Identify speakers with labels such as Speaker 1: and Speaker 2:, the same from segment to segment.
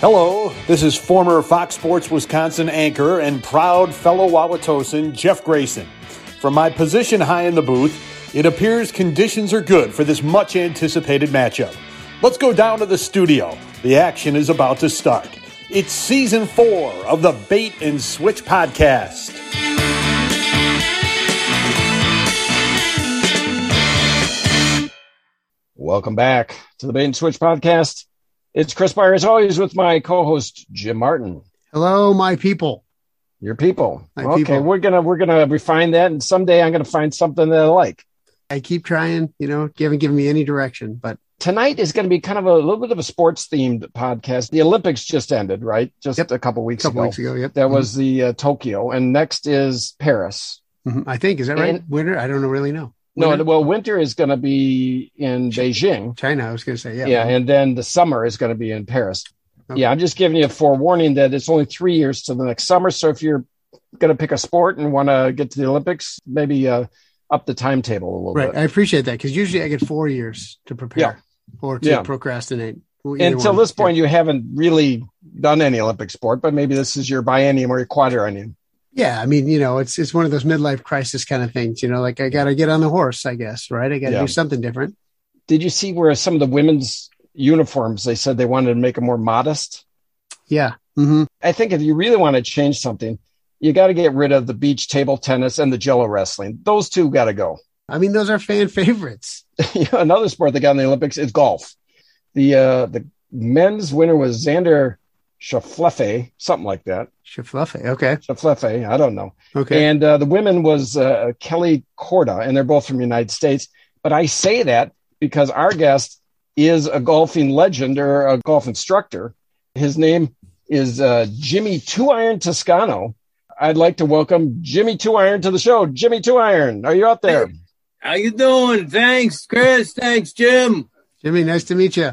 Speaker 1: Hello, this is former Fox Sports Wisconsin anchor and proud fellow Wauwatosan Jeff Grayson. From my position high in the booth, it appears conditions are good for this much anticipated matchup. Let's go down to the studio. The action is about to start. It's season four of the Bait and Switch podcast.
Speaker 2: Welcome back to the Bait and Switch podcast. It's Chris Byer, as always, with my co-host Jim Martin.
Speaker 3: Hello, my people.
Speaker 2: Your people.
Speaker 3: My
Speaker 2: okay,
Speaker 3: people.
Speaker 2: we're gonna we're gonna refine that, and someday I'm gonna find something that I like.
Speaker 3: I keep trying, you know, you haven't given me any direction, but
Speaker 2: Tonight is going to be kind of a little bit of a sports themed podcast. The Olympics just ended, right? Just
Speaker 3: Yep.
Speaker 2: a couple
Speaker 3: a
Speaker 2: weeks
Speaker 3: couple
Speaker 2: ago.
Speaker 3: weeks ago, Mm-hmm. yep.
Speaker 2: That was the uh, Tokyo, and next is Paris.
Speaker 3: Mhm. I think, is that right?
Speaker 2: And-
Speaker 3: Winter? I don't know, really know.
Speaker 2: No,
Speaker 3: Winter?
Speaker 2: well, winter is going to be in Beijing.
Speaker 3: China, I was going to say, yeah.
Speaker 2: Yeah. and then the summer is going to be in Paris.
Speaker 3: Okay.
Speaker 2: Yeah, I'm just giving you a forewarning that it's only three years to the next summer. So if you're going to pick a sport and want to get to the Olympics, maybe uh, up the timetable a little
Speaker 3: right.
Speaker 2: bit
Speaker 3: I appreciate that because usually I get four years to prepare or to
Speaker 2: Yeah.
Speaker 3: procrastinate.
Speaker 2: Until this point, you haven't really done any Olympic sport, but maybe this is your biennium or your quadrennium.
Speaker 3: Yeah, I mean, you know, it's it's one of those midlife crisis kind of things, you know, like I got to get on the horse, I guess, right? I got to
Speaker 2: Yeah.
Speaker 3: do something different.
Speaker 2: Did you see where some of the women's uniforms they said they wanted to make them more modest?
Speaker 3: Yeah. hmm
Speaker 2: I think if you really want to change something, you got to get rid of the beach table tennis and the jello wrestling. Those two got to go.
Speaker 3: I mean, those are fan favorites.
Speaker 2: you know, another sport that got in the Olympics is golf. The uh, the men's winner was Xander Schauffele, something like that.
Speaker 3: Shafluffy. Okay.
Speaker 2: Schauffele, I don't know.
Speaker 3: Okay.
Speaker 2: And uh, the women was uh, Kelly Corda, and they're both from the United States. But I say that because our guest is a golfing legend or a golf instructor. His name is uh, Jimmy Two Iron Toscano. I'd like to welcome Jimmy Two Iron to the show. Jimmy Two Iron, are you out there?
Speaker 4: How you doing? Thanks, Chris. Thanks, Jim.
Speaker 3: Jimmy, nice to meet you.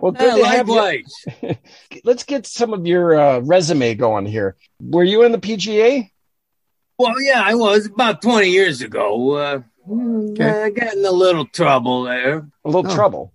Speaker 2: Well,
Speaker 4: Yeah,
Speaker 2: you.
Speaker 4: likewise.
Speaker 2: let's get some of your uh, resume going here. Were you in the PGA?
Speaker 4: Well, yeah, I was about 20 years ago. Uh, I got in a little trouble there.
Speaker 2: A little
Speaker 3: Oh.
Speaker 2: trouble.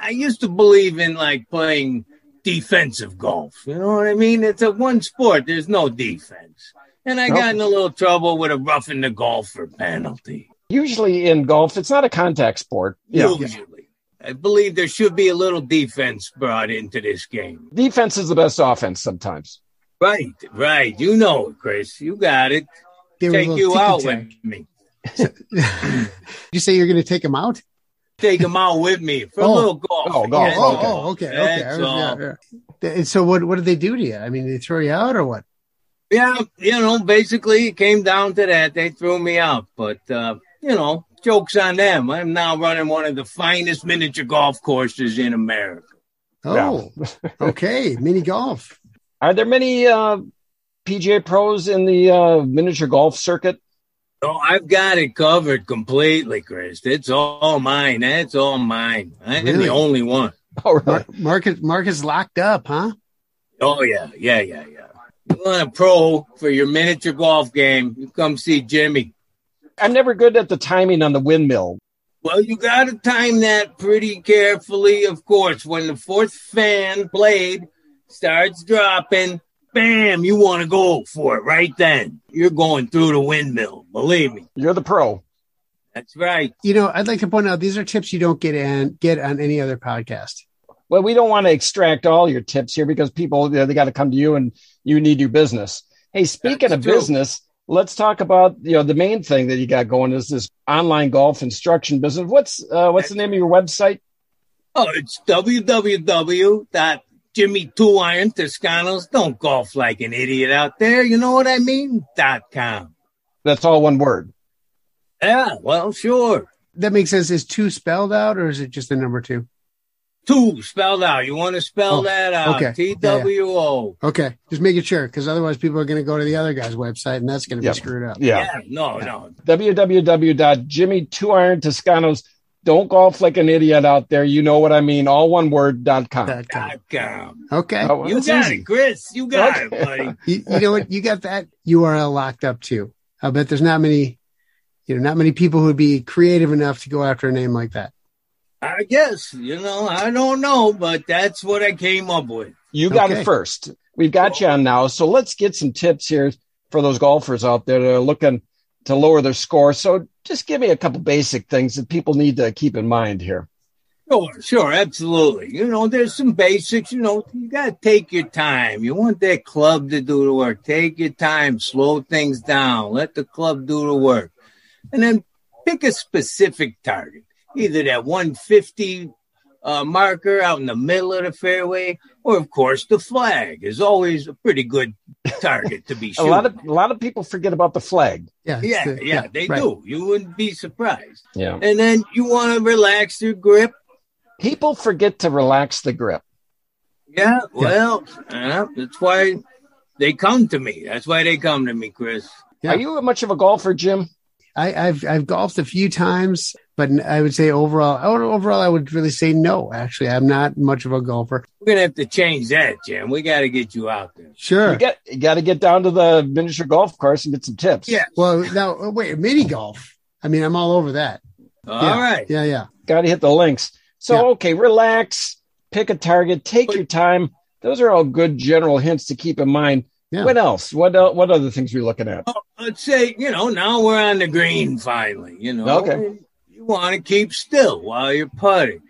Speaker 4: I used to believe in like playing defensive golf. You know what I mean? It's a one sport. There's no defense. And I got in a little trouble with a roughing the golfer penalty.
Speaker 2: Usually in golf, it's not a contact sport. You know,
Speaker 4: Usually, I believe there should be a little defense brought into this game.
Speaker 2: defense is the best offense sometimes.
Speaker 4: Right, right. You know it, Chris. You got it.
Speaker 3: They were a
Speaker 4: Take
Speaker 3: little
Speaker 4: you out
Speaker 3: tic-tac.
Speaker 4: with me.
Speaker 3: you say you're going to take him out?
Speaker 4: take them out with me for
Speaker 3: Oh.
Speaker 4: a little golf.
Speaker 2: Oh, golf,
Speaker 4: That's
Speaker 2: oh,
Speaker 4: all.
Speaker 3: okay, okay.
Speaker 4: That's
Speaker 3: I
Speaker 4: all.
Speaker 3: was- yeah, yeah. And so, what what did they do to you? I mean, they throw you out or what?
Speaker 4: Yeah, you know, basically it came down to that. They threw me out, but uh, you know, jokes on them. I'm now running one of the finest miniature golf courses in America.
Speaker 3: Oh, okay, mini golf.
Speaker 2: Are there many uh, PGA pros in the uh, miniature golf circuit?
Speaker 4: So I've got it covered completely, Chris. It's all mine. That's all mine. I'm
Speaker 3: Really?
Speaker 4: the only one.
Speaker 2: Oh, really?
Speaker 3: Mar- Marcus Marcus locked up, huh?
Speaker 4: Oh yeah, yeah, yeah, yeah. You want a pro for your miniature golf game? You come see Jimmy.
Speaker 2: I'm never good at the timing on the windmill.
Speaker 4: Well, you got to time that pretty carefully, of course. When the fourth fan blade starts dropping, bam, you want to go for it right then. You're going through the windmill, believe me.
Speaker 2: You're the pro.
Speaker 4: That's right.
Speaker 3: You know, I'd like to point out these are tips you don't get and get on any other podcast.
Speaker 2: Well, we don't want to extract all your tips here because people you know, they got to come to you and you need your business. Hey, speaking
Speaker 4: That's
Speaker 2: of
Speaker 4: true.
Speaker 2: business, let's talk about you know the main thing that you got going is this online golf instruction business. What's uh, what's the name of your website?
Speaker 4: Oh, it's www.jimmy2iron Toscanos. Don't golf like an idiot out there. You know what I mean? Dot com.
Speaker 2: That's all one word.
Speaker 4: Yeah, well, sure.
Speaker 3: That makes sense. Is two spelled out or is it just the number two?
Speaker 4: Two spelled out. You want to spell
Speaker 3: Oh,
Speaker 4: that out?
Speaker 3: okay.
Speaker 4: T
Speaker 3: Yeah, yeah.
Speaker 4: W O.
Speaker 3: Okay, just making sure because otherwise people are going to go to the other guy's website and that's going to
Speaker 2: Yeah.
Speaker 3: be screwed up.
Speaker 4: Yeah, no, no.
Speaker 2: www.jimmy2iron Toscanos. Don't golf like an idiot out there. You know what I mean. All one word dot com.
Speaker 3: Dot com.
Speaker 4: Dot com.
Speaker 3: Okay,
Speaker 2: Oh, well,
Speaker 4: You
Speaker 2: that's
Speaker 4: got
Speaker 2: easy.
Speaker 4: it, Chris. You got
Speaker 2: Okay.
Speaker 4: it, buddy.
Speaker 3: you, you know what? You got that URL locked up too. I bet there's not many, you know, not many people who would be creative enough to go after a name like that.
Speaker 4: I guess, you know, I don't know, but that's what I came up with.
Speaker 2: You got
Speaker 3: Okay.
Speaker 2: it first. We've got you on now. So let's get some tips here for those golfers out there that are looking to lower their score. So just give me a couple basic things that people need to keep in mind here.
Speaker 4: Sure, sure, absolutely. You know, there's some basics. You know, you got to take your time. You want that club to do the work. Take your time, slow things down, let the club do the work. And then pick a specific target, either that 150 uh, marker out in the middle of the fairway, or of course, the flag is always a pretty good target to be
Speaker 2: A
Speaker 4: shooting.
Speaker 2: lot of a lot of people forget about the flag.
Speaker 3: Yeah, it's
Speaker 4: yeah,
Speaker 3: the-
Speaker 4: yeah, they
Speaker 3: right.
Speaker 4: do. You wouldn't be surprised.
Speaker 2: Yeah.
Speaker 4: And then you want to relax your grip.
Speaker 2: People forget to relax the grip.
Speaker 4: Yeah, well, uh, that's why they come to me. That's why they come to me, Chris.
Speaker 3: Yeah.
Speaker 2: Are you much of a golfer, Jim?
Speaker 3: I, I've I've golfed a few times, but I would say overall, I would- overall, I would really say no. Actually, I'm not much of a golfer.
Speaker 4: We're gonna have to change that, Jim. We got to get you out there.
Speaker 3: Sure.
Speaker 2: You get you got to get down to the miniature golf course and get some tips.
Speaker 4: Yeah.
Speaker 3: Well, now wait, mini golf. I mean, I'm all over that.
Speaker 4: All right.
Speaker 3: Yeah, yeah.
Speaker 2: got to hit the links. So,
Speaker 3: Yeah.
Speaker 2: okay, relax, pick a target, take
Speaker 4: But-
Speaker 2: your time. Those are all good general hints to keep in mind.
Speaker 3: Yeah. Oh,
Speaker 2: What else? What el- what other things are you looking at?
Speaker 4: Let's say you know now we're on the green finally. You know,
Speaker 2: Okay.
Speaker 4: You want to keep still while you're putting.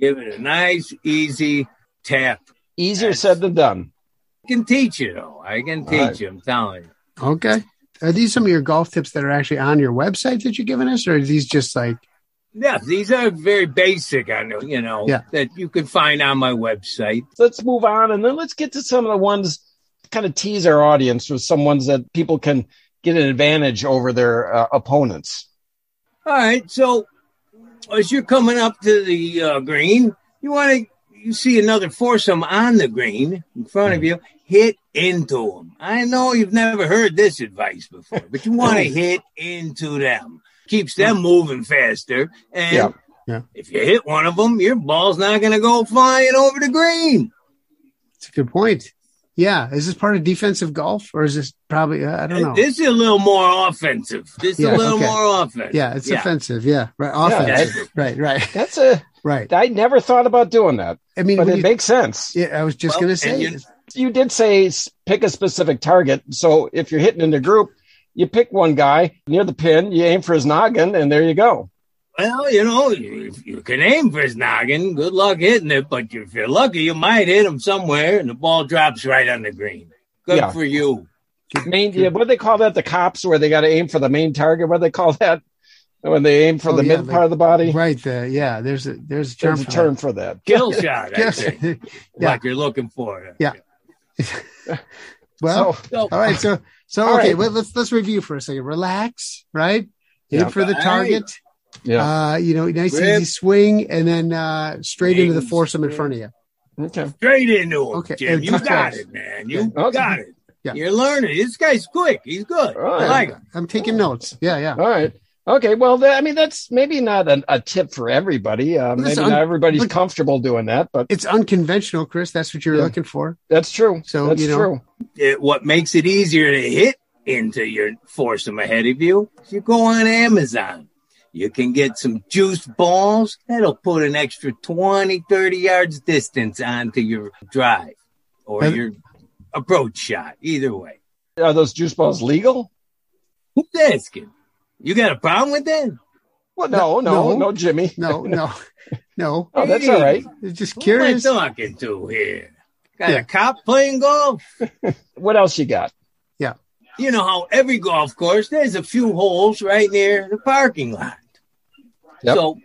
Speaker 4: Give it a nice, easy tap.
Speaker 2: Easier
Speaker 4: That's-
Speaker 2: said than done.
Speaker 4: I can teach you though. I can teach
Speaker 2: right.
Speaker 4: you. I'm telling you.
Speaker 3: Okay. Are these some of your golf tips that are actually on your website that you're giving us, or are these just like
Speaker 4: Yeah, these are very basic. I know. You know
Speaker 3: Yeah.
Speaker 4: that you can find on my website.
Speaker 2: Let's move on and then let's get to some of the ones kind of tease our audience with some ones that people can get an advantage over their uh, opponents.
Speaker 4: All right, so as you're coming up to the uh, green, you want to you see another foursome on the green in front
Speaker 3: Hmm.
Speaker 4: of you. Hit into them. I know you've never heard this advice before, but you want to hit into them. Keeps them moving faster, and
Speaker 2: Yeah.
Speaker 3: Hmm. Yeah.
Speaker 4: if you hit one of them, your ball's not going to go flying over the green.
Speaker 3: it's a good point? Yeah. Is this part of defensive golf, or is this probably I don't know?
Speaker 4: This is a little more offensive. This is
Speaker 3: Yeah,
Speaker 4: a little
Speaker 3: okay.
Speaker 4: more offensive.
Speaker 3: yeah, it's offensive. Yeah, right. Offensive.
Speaker 4: that's-
Speaker 3: Right, right,
Speaker 2: That's a
Speaker 3: right.
Speaker 2: I never thought about doing that,
Speaker 3: I mean,
Speaker 2: but
Speaker 3: when
Speaker 2: it
Speaker 3: you-
Speaker 2: makes sense.
Speaker 3: yeah, I was just
Speaker 4: Well,
Speaker 3: gonna
Speaker 4: and
Speaker 3: say,
Speaker 4: you-
Speaker 2: you did say s- pick a specific target. So if you're hitting in the group, you pick one guy near the pin, you aim for his noggin, and there you go.
Speaker 4: Well, you know, if you can aim for his noggin, good luck hitting it. But if you're lucky, you might hit him somewhere, and the ball drops right on the green. Good
Speaker 2: Yeah.
Speaker 4: for you.
Speaker 2: Main, yeah, what do they call that? The cops, where they got to aim for the main target. What do they call that? When they aim for
Speaker 3: Oh,
Speaker 2: the
Speaker 3: yeah,
Speaker 2: mid
Speaker 3: they-
Speaker 2: part of the body.
Speaker 3: right? The yeah, there's a there's a term
Speaker 2: There's a
Speaker 3: for
Speaker 2: term for that.
Speaker 4: Kill shot,
Speaker 3: that.
Speaker 4: I think.
Speaker 3: Yes. Yeah.
Speaker 4: Like you're looking for.
Speaker 3: Yeah. well,
Speaker 2: So,
Speaker 4: So,
Speaker 3: all right. So so
Speaker 2: All
Speaker 3: okay.
Speaker 2: right.
Speaker 3: Well, let's let's review for a second. Relax, right?
Speaker 2: Yeah.
Speaker 3: Aim for the
Speaker 4: Right.
Speaker 3: target.
Speaker 2: yeah.
Speaker 3: Uh, you know, nice
Speaker 4: Grip.
Speaker 3: easy swing, and then uh, straight into the
Speaker 4: Swing,
Speaker 3: foursome in
Speaker 4: swing.
Speaker 3: front of you.
Speaker 2: okay.
Speaker 4: straight into him,
Speaker 3: Okay,
Speaker 4: Jim.
Speaker 3: and
Speaker 4: You
Speaker 3: two
Speaker 4: got
Speaker 3: strikes.
Speaker 4: it, man. You
Speaker 2: Okay.
Speaker 4: got it.
Speaker 3: Yeah.
Speaker 4: You're learning. This guy's quick. He's good.
Speaker 2: All
Speaker 4: I
Speaker 2: right.
Speaker 4: like him.
Speaker 3: I'm taking notes. Yeah, yeah.
Speaker 2: All right. Okay. Well, that, I mean, that's maybe not an, a tip for everybody. Uh, maybe
Speaker 3: that's
Speaker 2: not
Speaker 3: un-
Speaker 2: everybody's
Speaker 3: look-
Speaker 2: comfortable doing that, but
Speaker 3: It's unconventional, Chris. That's what you're
Speaker 2: Yeah.
Speaker 3: looking for.
Speaker 2: that's true.
Speaker 3: So,
Speaker 2: that's
Speaker 3: you know-
Speaker 2: true.
Speaker 4: it, Uh, what makes it easier to hit into your foursome ahead of you is you go on Amazon. You can get some juice balls that'll put an extra 20, 30 yards distance onto your drive or
Speaker 3: And-
Speaker 4: your approach shot, either way.
Speaker 2: Are those juice balls legal?
Speaker 4: Who's asking? You got a problem with that?
Speaker 2: Well, no, no,
Speaker 3: No.
Speaker 2: no, Jimmy.
Speaker 3: No, no, no.
Speaker 2: Oh, that's all right.
Speaker 3: It's just
Speaker 4: Who am I
Speaker 3: curious.
Speaker 4: talking to here? Got
Speaker 3: Yeah.
Speaker 4: a cop playing golf?
Speaker 2: What else you got?
Speaker 4: You know how every golf course there's a few holes right near the parking lot.
Speaker 2: Yep.
Speaker 4: So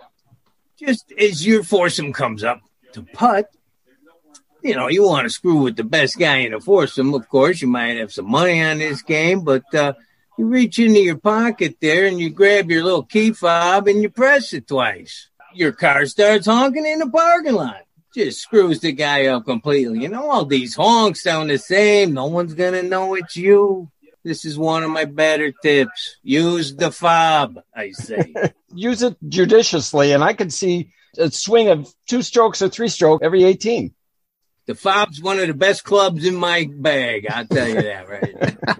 Speaker 4: just as your foursome comes up to putt, you know, you want to screw with the best guy in a foursome, of course. You might have some money on this game, but uh, you reach into your pocket there and you grab your little key fob and you press it twice. Your car starts honking in the parking lot. Just screws the guy up completely. You know, all these honks sound the same. No one's going to know it's you. This is one of my better tips. Use the fob, I say.
Speaker 2: use it judiciously, and I could see a swing of two strokes or three stroke every 18.
Speaker 4: The Fob's one of the best clubs in my bag. I'll tell you that right. now.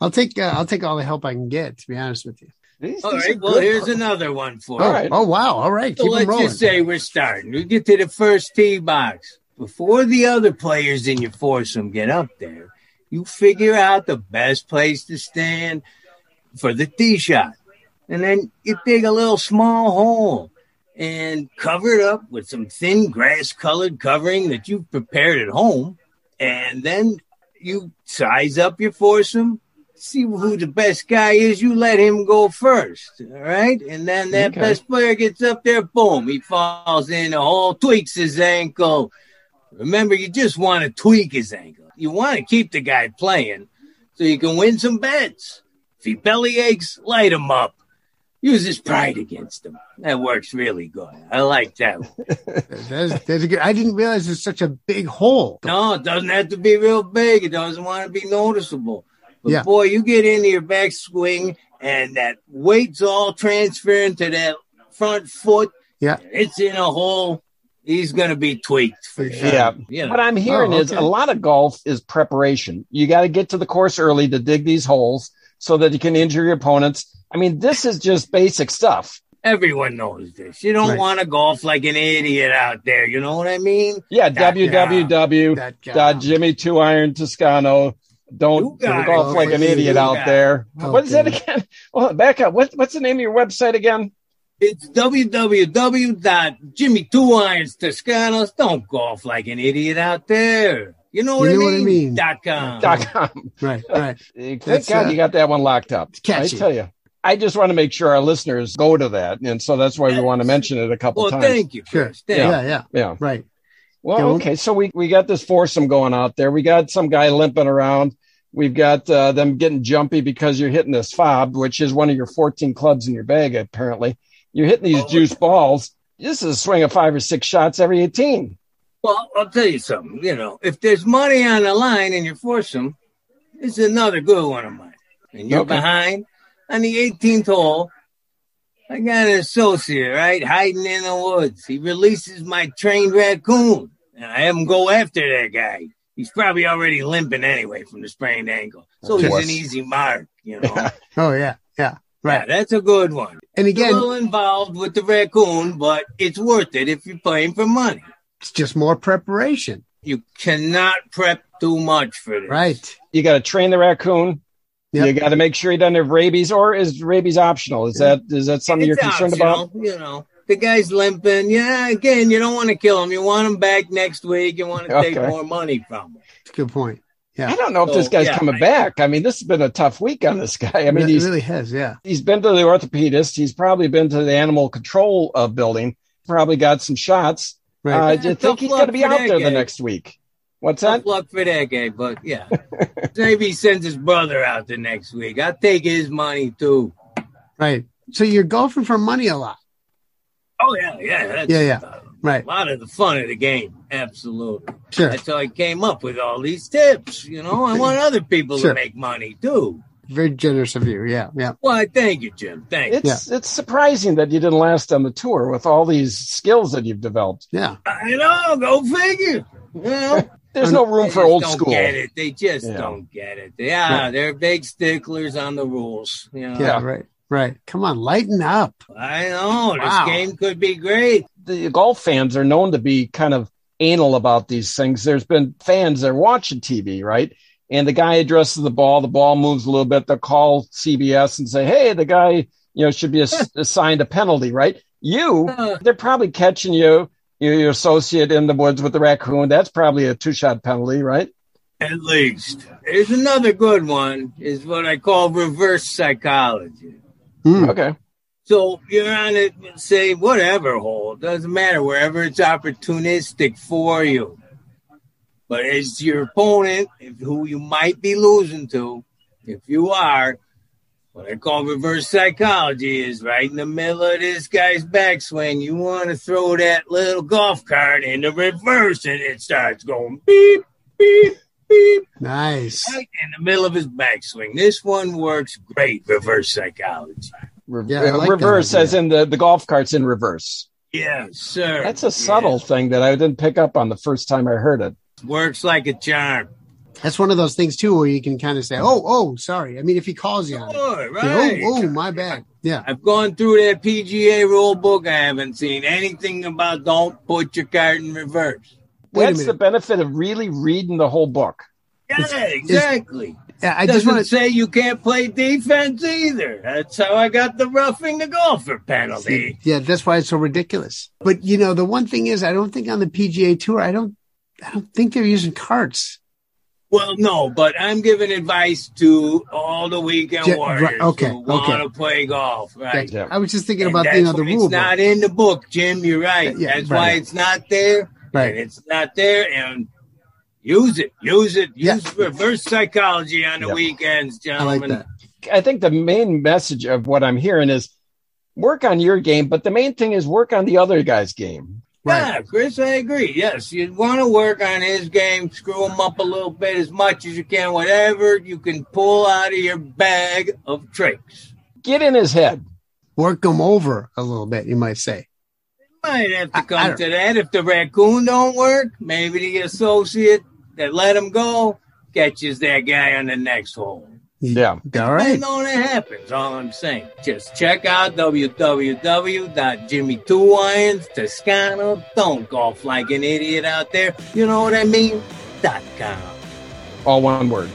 Speaker 3: I'll take uh, I'll take all the help I can get. To be honest with you.
Speaker 2: These-
Speaker 4: All
Speaker 2: these are
Speaker 4: right. Well,
Speaker 2: good.
Speaker 4: here's another one for
Speaker 3: Oh,
Speaker 4: you.
Speaker 2: right.
Speaker 3: oh wow. All right.
Speaker 4: So
Speaker 3: Keep 'em
Speaker 4: let's
Speaker 3: rolling.
Speaker 4: just say we're starting. We get to the first tee box. before the other players in your foursome get up there, you figure out the best place to stand for the tee shot. And then you dig a little small hole and cover it up with some thin grass colored covering that you've prepared at home. And then you size up your foursome, see who the best guy is. You let him go first. All right. And then that
Speaker 2: Okay.
Speaker 4: best player gets up there. Boom. He falls in a hole, tweaks his ankle. Remember, you just want to tweak his ankle. You want to keep the guy playing so you can win some bets. If he belly aches, light him up. Use his pride against him. That works really good. I like that. one.
Speaker 3: That's, that's a good. I didn't realize it's such a big hole.
Speaker 4: No, it doesn't have to be real big. It doesn't want to be noticeable. But
Speaker 3: Yeah.
Speaker 4: boy, you get into your backswing and that weight's all transferring to that front foot.
Speaker 3: Yeah.
Speaker 4: It's in a hole. He's going to be tweaked for sure.
Speaker 2: Yeah.
Speaker 4: You know,
Speaker 2: What I'm hearing
Speaker 3: Oh,
Speaker 2: is
Speaker 3: okay.
Speaker 2: a lot of golf is preparation. You got to get to the course early to dig these holes so that you can injure your opponents. I mean, this is just basic stuff.
Speaker 4: everyone knows this. You don't
Speaker 3: Right.
Speaker 4: want to golf like an idiot out there. You know what I mean?
Speaker 2: Yeah,
Speaker 4: That-
Speaker 2: www.
Speaker 3: That guy.
Speaker 2: Dot Jimmy Two Iron Toscano.
Speaker 4: You
Speaker 2: Don't
Speaker 4: got it.
Speaker 2: golf like an
Speaker 3: You
Speaker 2: idiot out
Speaker 4: got it.
Speaker 2: there.
Speaker 3: Oh,
Speaker 2: what is that
Speaker 3: dude.
Speaker 2: again? Well, back up. What, what's the name of your website again?
Speaker 4: It's www.jimmy2irons.toscanos. Don't golf like an idiot out there. You know what,
Speaker 3: You
Speaker 4: I,
Speaker 3: know
Speaker 4: mean?
Speaker 3: what I mean.
Speaker 4: Dot com.
Speaker 2: Dot com.
Speaker 3: Right. Right.
Speaker 2: Thank
Speaker 3: That's,
Speaker 2: God
Speaker 3: uh,
Speaker 2: you got that one locked up.
Speaker 3: it's catchy.
Speaker 2: I tell you, I just want to make sure our listeners go to that, and so that's why we want to mention it a couple
Speaker 4: Well,
Speaker 2: times.
Speaker 4: thank you.
Speaker 3: Sure.
Speaker 4: Chris. Thank
Speaker 3: Yeah.
Speaker 4: you.
Speaker 3: Yeah.
Speaker 2: yeah.
Speaker 3: Right.
Speaker 2: Well,
Speaker 3: Don't-
Speaker 2: okay. So we, we got this foursome going out there. We got some guy limping around. We've got uh, them getting jumpy because you're hitting this fob, which is one of your 14 clubs in your bag, apparently. You're hitting these
Speaker 4: Oh,
Speaker 2: juice balls. This is a swing of five or six shots every 18.
Speaker 4: Well, I'll tell you something. You know, if there's money on the line and you force them, this is another good one of mine. And you're
Speaker 2: Okay.
Speaker 4: behind on the 18th hole. I got an associate, right, hiding in the woods. He releases my trained raccoon, and I have him go after that guy. He's probably already limping anyway from the sprained ankle, so he's
Speaker 2: Yes.
Speaker 4: an easy mark. You know, Yeah,
Speaker 3: Oh yeah. Yeah. Right.
Speaker 4: that's a good one.
Speaker 3: And
Speaker 4: Again, a
Speaker 3: again,
Speaker 4: little involved with the raccoon, but it's worth it if you're playing for money.
Speaker 3: it's just more preparation.
Speaker 4: You cannot prep too much for this.
Speaker 3: Right.
Speaker 2: You got to train the raccoon.
Speaker 3: Yep.
Speaker 2: You got to make sure he doesn't have rabies, or is rabies optional? Is that is that something you're
Speaker 4: It's
Speaker 2: concerned
Speaker 4: optional,
Speaker 2: about?
Speaker 4: You know, the guy's limping. Yeah, again, you don't want to kill him. You want him back next week. You want to take
Speaker 2: Okay.
Speaker 4: more money from him.
Speaker 3: It's a good point. Yeah.
Speaker 2: I don't know if this
Speaker 4: So,
Speaker 2: guy's
Speaker 4: yeah,
Speaker 2: coming
Speaker 4: I-
Speaker 2: back. I mean, this has been a tough week on this guy. I mean,
Speaker 3: it
Speaker 2: he's
Speaker 3: really has. Yeah.
Speaker 2: he's been to the orthopedist. He's probably been to the animal control uh, building. Probably got some shots.
Speaker 3: Right.
Speaker 2: Uh, I
Speaker 4: Yeah,
Speaker 2: just
Speaker 4: tough
Speaker 2: think he's going to
Speaker 4: luck
Speaker 2: be
Speaker 4: for
Speaker 2: out
Speaker 4: that
Speaker 2: there the
Speaker 4: guy.
Speaker 2: next week. What's that?
Speaker 4: Tough luck for that guy, but yeah. Maybe he sends his brother out the next week. I'll take his money too.
Speaker 3: Right. So you're golfing for money a lot.
Speaker 4: Oh, yeah, yeah. That's
Speaker 3: Yeah, yeah. Right.
Speaker 4: A lot of the fun of the game. Absolutely.
Speaker 3: Sure.
Speaker 4: That's how I came up with all these tips. You know, I want other people
Speaker 3: Sure.
Speaker 4: to make money too.
Speaker 3: Very generous of you. Yeah. Yeah.
Speaker 4: Why, thank you, Jim. Thank you.
Speaker 2: It's it's surprising that you didn't last on the tour with all these skills that you've developed.
Speaker 3: Yeah.
Speaker 4: I know. Go figure. You know?
Speaker 2: There's
Speaker 3: And
Speaker 2: no
Speaker 4: They
Speaker 2: room for
Speaker 4: just
Speaker 2: old
Speaker 4: don't
Speaker 2: school.
Speaker 4: Get it? They just
Speaker 2: Yeah.
Speaker 4: don't get it. Yeah, they're big sticklers on the rules. You know?
Speaker 3: Yeah. Right. Right. Come on. Lighten up.
Speaker 4: I know this
Speaker 3: Wow.
Speaker 4: game could be great.
Speaker 2: The golf fans are known to be kind of anal about these things. There's been fans that are watching TV, right? And the guy addresses the ball. The ball moves a little bit. They'll call CBS and say, "Hey, the guy, you know, should be ass- assigned a penalty, right?" You
Speaker 4: Uh,
Speaker 2: they're probably catching you, you your associate in the woods with the raccoon. That's probably a two shot penalty, right?
Speaker 4: at least there's another good one. Is what I call reverse psychology.
Speaker 3: Mm.
Speaker 2: Okay.
Speaker 4: So you're on it, say whatever hole, doesn't matter wherever it's opportunistic for you. But as your opponent, if, who you might be losing to, if you are, what I call reverse psychology is right in the middle of this guy's backswing, you want to throw that little golf cart in the reverse and it starts going beep, beep, beep,
Speaker 3: Nice.
Speaker 4: right in the middle of his backswing. This one works great, reverse psychology.
Speaker 2: Re- uh,
Speaker 3: Yeah, I like that
Speaker 2: reverse,
Speaker 3: idea.
Speaker 2: as in the, the golf cart's in reverse.
Speaker 4: Yes, sir.
Speaker 2: That's a
Speaker 4: Yes.
Speaker 2: subtle thing that I didn't pick up on the first time I heard it.
Speaker 4: Works like a charm.
Speaker 3: That's one of those things too, where you can kind of say, "Oh, oh, sorry." I mean, if he calls you on it,
Speaker 4: Sure,
Speaker 3: you know,
Speaker 4: right.
Speaker 3: oh, oh, my bad. Yeah.
Speaker 4: I've gone through that PGA rule book. I haven't seen anything about don't put your cart in reverse.
Speaker 3: Wait a
Speaker 2: That's the
Speaker 3: minute.
Speaker 2: benefit of really reading the whole book.
Speaker 4: Yeah, exactly.
Speaker 3: Yeah, I
Speaker 4: I
Speaker 3: just
Speaker 4: Doesn't
Speaker 3: want to.
Speaker 4: say you can't play defense either. That's how I got the roughing the golfer penalty.
Speaker 3: Yeah, that's why it's so ridiculous. But you know, the one thing is, I don't think on the PGA Tour, I don't, I don't think they're using carts.
Speaker 4: Well, no, but I'm giving advice to all the weekend
Speaker 3: Yeah,
Speaker 4: warriors
Speaker 3: right, okay,
Speaker 4: who want
Speaker 3: okay.
Speaker 4: to play golf. Right.
Speaker 2: Yeah.
Speaker 3: I was just thinking
Speaker 4: And
Speaker 3: about
Speaker 4: that's
Speaker 3: you know the
Speaker 4: why
Speaker 3: rule.
Speaker 4: It's not in the book, Jim. You're right.
Speaker 3: Yeah,
Speaker 4: that's
Speaker 3: right.
Speaker 4: why it's not there.
Speaker 3: Right.
Speaker 4: And it's not there. And use it. Use it.
Speaker 3: Yeah.
Speaker 4: Use reverse psychology on the
Speaker 2: Yeah.
Speaker 4: weekends,
Speaker 3: I like
Speaker 4: gentlemen.
Speaker 3: that.
Speaker 2: I think the main message of what I'm hearing is work on your game, but the main thing is work on the other guy's game.
Speaker 4: Yeah, Chris, I agree. Yes, you want to work on his game, screw him up a little bit as much as you can, whatever you can pull out of your bag of tricks.
Speaker 2: Get in his head.
Speaker 3: Work them over a little bit, you might say.
Speaker 4: Might have
Speaker 3: I- I
Speaker 4: to come
Speaker 3: don't-
Speaker 4: to that if the raccoon don't work. Maybe the associate that let him go catches that guy on the next hole.
Speaker 2: Yeah.
Speaker 3: All
Speaker 4: I
Speaker 3: right.
Speaker 4: know that happens. All I'm saying, just check out www.jimmy 2 irons Toscano. Don't golf like an idiot out there. You know what I mean? Dot com.
Speaker 2: All one word.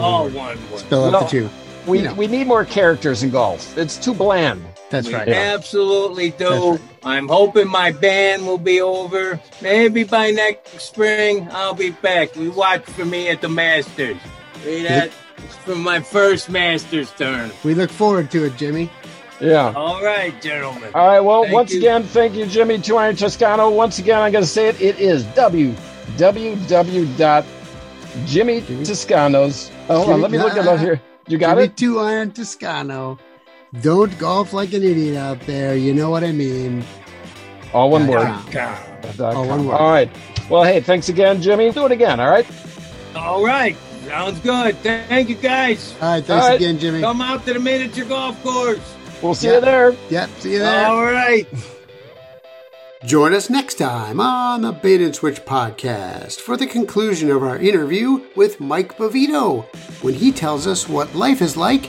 Speaker 4: All
Speaker 3: Mm.
Speaker 4: one word.
Speaker 3: Fill out
Speaker 2: No.
Speaker 3: the two.
Speaker 2: We,
Speaker 3: You know.
Speaker 2: we need more characters in golf. It's too bland.
Speaker 3: That's
Speaker 4: we
Speaker 3: right.
Speaker 4: absolutely do.
Speaker 3: That's right.
Speaker 4: I'm hoping my ban will be over. Maybe by next spring, I'll be back. We watch for me at the Masters. See that? It's from my first Masters turn.
Speaker 3: We look forward to it, Jimmy.
Speaker 2: Yeah.
Speaker 4: All right, gentlemen.
Speaker 2: All right. Well,
Speaker 4: Thank
Speaker 2: once
Speaker 4: you.
Speaker 2: again, thank you, Jimmy Two Iron Toscano. Once again, I'm going to say it. It is www.jimmytoscanos. Oh, hold on. Let me look it up here. You got
Speaker 3: Jimmy
Speaker 2: it?
Speaker 3: Two Iron Toscano. Don't golf like an idiot out there. You know what I mean.
Speaker 2: All one
Speaker 3: Yeah,
Speaker 2: word.
Speaker 3: yeah.
Speaker 4: God.
Speaker 2: Dot
Speaker 3: All
Speaker 2: com.
Speaker 3: one word.
Speaker 2: All right. Well, hey, thanks again, Jimmy. Do it again. All right.
Speaker 4: All right. Sounds good. Thank you, guys.
Speaker 3: All right. Thanks
Speaker 2: All right.
Speaker 3: again, Jimmy.
Speaker 4: Come out to the miniature golf course.
Speaker 2: We'll see
Speaker 3: Yeah.
Speaker 2: you there.
Speaker 3: Yep. See you there.
Speaker 4: All right.
Speaker 3: Join us next time on the Bait and Switch podcast for the conclusion of our interview with Mike Bovito when he tells us what life is like